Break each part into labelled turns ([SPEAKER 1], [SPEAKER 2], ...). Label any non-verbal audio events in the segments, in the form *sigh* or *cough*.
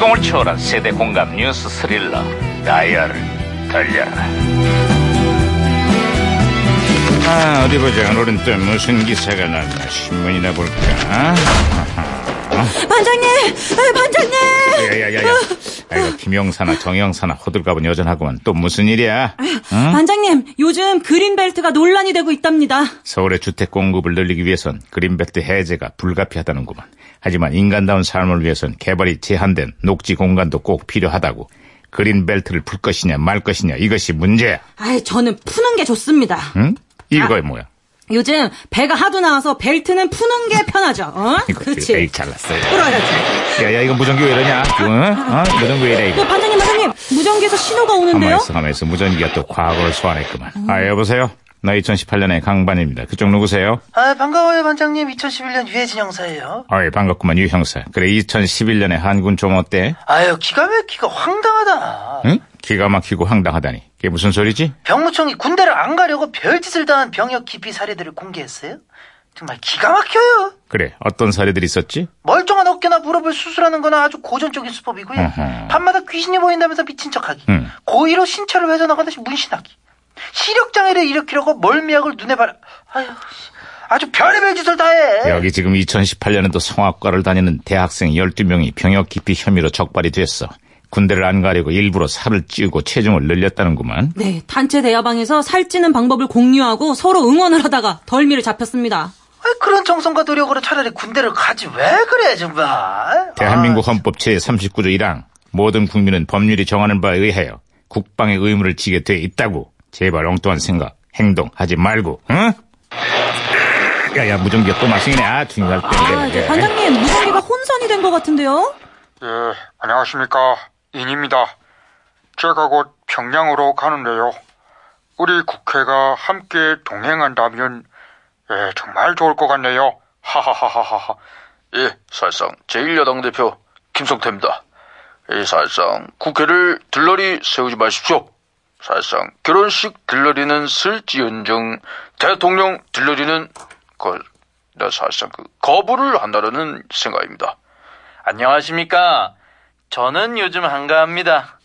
[SPEAKER 1] 감동을 초월한 세대 공감 뉴스 스릴러 다이얼을 돌려라 아 어디 보자 오늘은 또 무슨 기사가 났나 신문이나 볼까
[SPEAKER 2] 반장님! 에, 반장님!
[SPEAKER 1] 야야야야 아이고 김영사나 정영사나 호들갑은 여전하구만 또 무슨 일이야 어?
[SPEAKER 2] 반장님, 요즘 그린벨트가 논란이 되고 있답니다.
[SPEAKER 1] 서울의 주택 공급을 늘리기 위해선 그린벨트 해제가 불가피하다는구만. 하지만 인간다운 삶을 위해선 개발이 제한된 녹지 공간도 꼭 필요하다고. 그린벨트를 풀 것이냐 말 것이냐 이것이 문제야.
[SPEAKER 2] 아이, 저는 푸는 게 좋습니다.
[SPEAKER 1] 응? 이거야 뭐야?
[SPEAKER 2] 요즘 배가 하도 나와서 벨트는 푸는 게 편하죠. 어?
[SPEAKER 1] *laughs* 이거
[SPEAKER 2] 그치?
[SPEAKER 1] 에이 잘났어.
[SPEAKER 2] 풀어야지.
[SPEAKER 1] 야야 이거 무전기 왜 이러냐? 응? 어? 무전기 왜 이래
[SPEAKER 2] 그
[SPEAKER 1] 이거?
[SPEAKER 2] 반장님, 반장님, 무전기에서 신호가 오는데요?
[SPEAKER 1] 가만있어 가만있어 무전기가 또 과거를 소환했구만. 아 여보세요? 나 2018년의 강반입니다. 그쪽 누구세요?
[SPEAKER 3] 아, 반가워요, 반장님. 2011년 유해진 형사예요.
[SPEAKER 1] 아이 반갑구만 유 형사. 그래 2011년에 한군 좀 어때?
[SPEAKER 3] 아유, 기가 막히고 황당하다.
[SPEAKER 1] 응? 기가 막히고 황당하다니. 그게 무슨 소리지?
[SPEAKER 3] 병무청이 군대를 안 가려고 별짓을 당한 병역 기피 사례들을 공개했어요. 정말 기가 막혀요.
[SPEAKER 1] 그래 어떤 사례들이 있었지?
[SPEAKER 3] 멀쩡한 어깨나 무릎을 수술하는 건 아주 고전적인 수법이고요.
[SPEAKER 1] 어허.
[SPEAKER 3] 밤마다 귀신이 보인다면서 미친 척하기.
[SPEAKER 1] 음.
[SPEAKER 3] 고의로 신체를 회전하거나 문신하기. 시력장애를 일으키려고 멀미약을 눈에 바라. 아유, 씨. 아주 별의별 짓을 다 해.
[SPEAKER 1] 여기 지금 2018년에도 성악과를 다니는 대학생 12명이 병역 기피 혐의로 적발이 됐어. 군대를 안 가리고 일부러 살을 찌우고 체중을 늘렸다는구만.
[SPEAKER 2] 네, 단체 대화방에서 살찌는 방법을 공유하고 서로 응원을 하다가 덜미를 잡혔습니다.
[SPEAKER 3] 아이, 그런 정성과 노력으로 차라리 군대를 가지 왜 그래 정말.
[SPEAKER 1] 대한민국 헌법 제39조 1항 모든 국민은 법률이 정하는 바에 의하여 국방의 의무를 지게 돼 있다고. 제발 엉뚱한 생각, 행동 하지 말고. 응? 야야 무전기가 또 마승이네. 아 중요할 때.
[SPEAKER 2] 아, 이제 반장님, 무전기가 혼선이 된 것 같은데요?
[SPEAKER 4] 예, 안녕하십니까. 인입니다. 제가 곧 평양으로 가는데요. 우리 국회가 함께 동행한다면, 예, 정말 좋을 것 같네요. 하하하하하.
[SPEAKER 5] 예, 사실상 제1여당 대표 김성태입니다. 예, 사실상 국회를 들러리 세우지 마십시오. 사실상 결혼식 들러리는 슬지언정 대통령 들러리는 그, 나 사실상 그 거부를 한다는 생각입니다.
[SPEAKER 3] 안녕하십니까. 저는 요즘 한가합니다.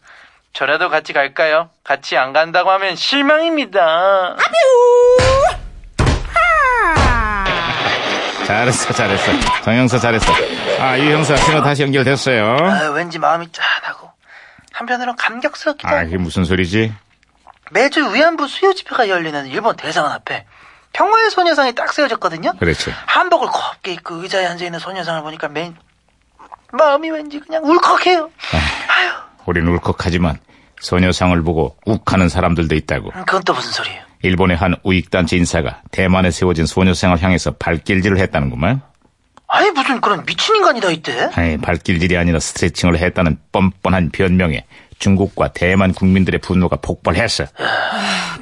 [SPEAKER 3] 저라도 같이 갈까요? 같이 안 간다고 하면 실망입니다.
[SPEAKER 1] 잘했어 잘했어. 정형사 잘했어. 아유 형사 신호 다시 연결됐어요.
[SPEAKER 3] 아유, 왠지 마음이 짠하고 한편으론 감격스럽기도
[SPEAKER 1] 아
[SPEAKER 3] 하고
[SPEAKER 1] 이게 무슨 소리지?
[SPEAKER 3] 매주 위안부 수요 집회가 열리는 일본 대사관 앞에 평화의 소녀상이 딱 세워졌거든요.
[SPEAKER 1] 그렇지.
[SPEAKER 3] 한복을 곱게 입고 의자에 앉아 있는 소녀상을 보니까 맨 마음이 왠지 그냥 울컥해요. 아유,
[SPEAKER 1] 우린 울컥하지만 소녀상을 보고 욱하는 사람들도 있다고.
[SPEAKER 3] 그건 또 무슨 소리예요?
[SPEAKER 1] 일본의 한 우익단체 인사가 대만에 세워진 소녀상을 향해서 발길질을 했다는구만.
[SPEAKER 3] 아니 무슨 그런 미친 인간이 다 있대?
[SPEAKER 1] 아니, 발길질이 아니라 스트레칭을 했다는 뻔뻔한 변명에 중국과 대만 국민들의 분노가 폭발했어.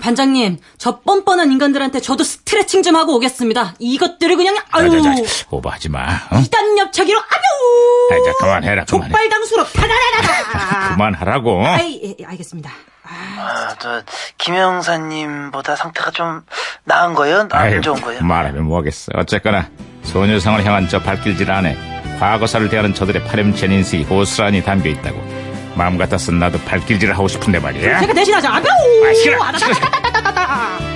[SPEAKER 2] 반장님, 저 뻔뻔한 인간들한테 저도 스트레칭 좀 하고 오겠습니다. 이것들을 그냥, 아유,
[SPEAKER 1] 자, 자, 자, 오버하지 마. 어?
[SPEAKER 2] 이단 엽차기로, 아유!
[SPEAKER 1] 아이, 자, 그만해라, 그만해.
[SPEAKER 2] 족발당수로,
[SPEAKER 1] *laughs*
[SPEAKER 2] 타다라라라!
[SPEAKER 1] 그만하라고.
[SPEAKER 2] 아이, 예, 예, 알겠습니다. 아,
[SPEAKER 3] 아, 저 김영사님보다 상태가 좀 나은 거예요?
[SPEAKER 1] 아유,
[SPEAKER 3] 안 좋은 거예요?
[SPEAKER 1] 말하면 뭐하겠어. 어쨌거나 소녀상을 향한 저 발길질 안에 과거사를 대하는 저들의 파렴치한 인식이 고스란히 담겨 있다고. 마음 같았으면 나도 발길질을 하고 싶은데 말이야.
[SPEAKER 2] 제가 대신하자. 그러니까 아벼!
[SPEAKER 1] 싫어,
[SPEAKER 2] 아다다다다다다다.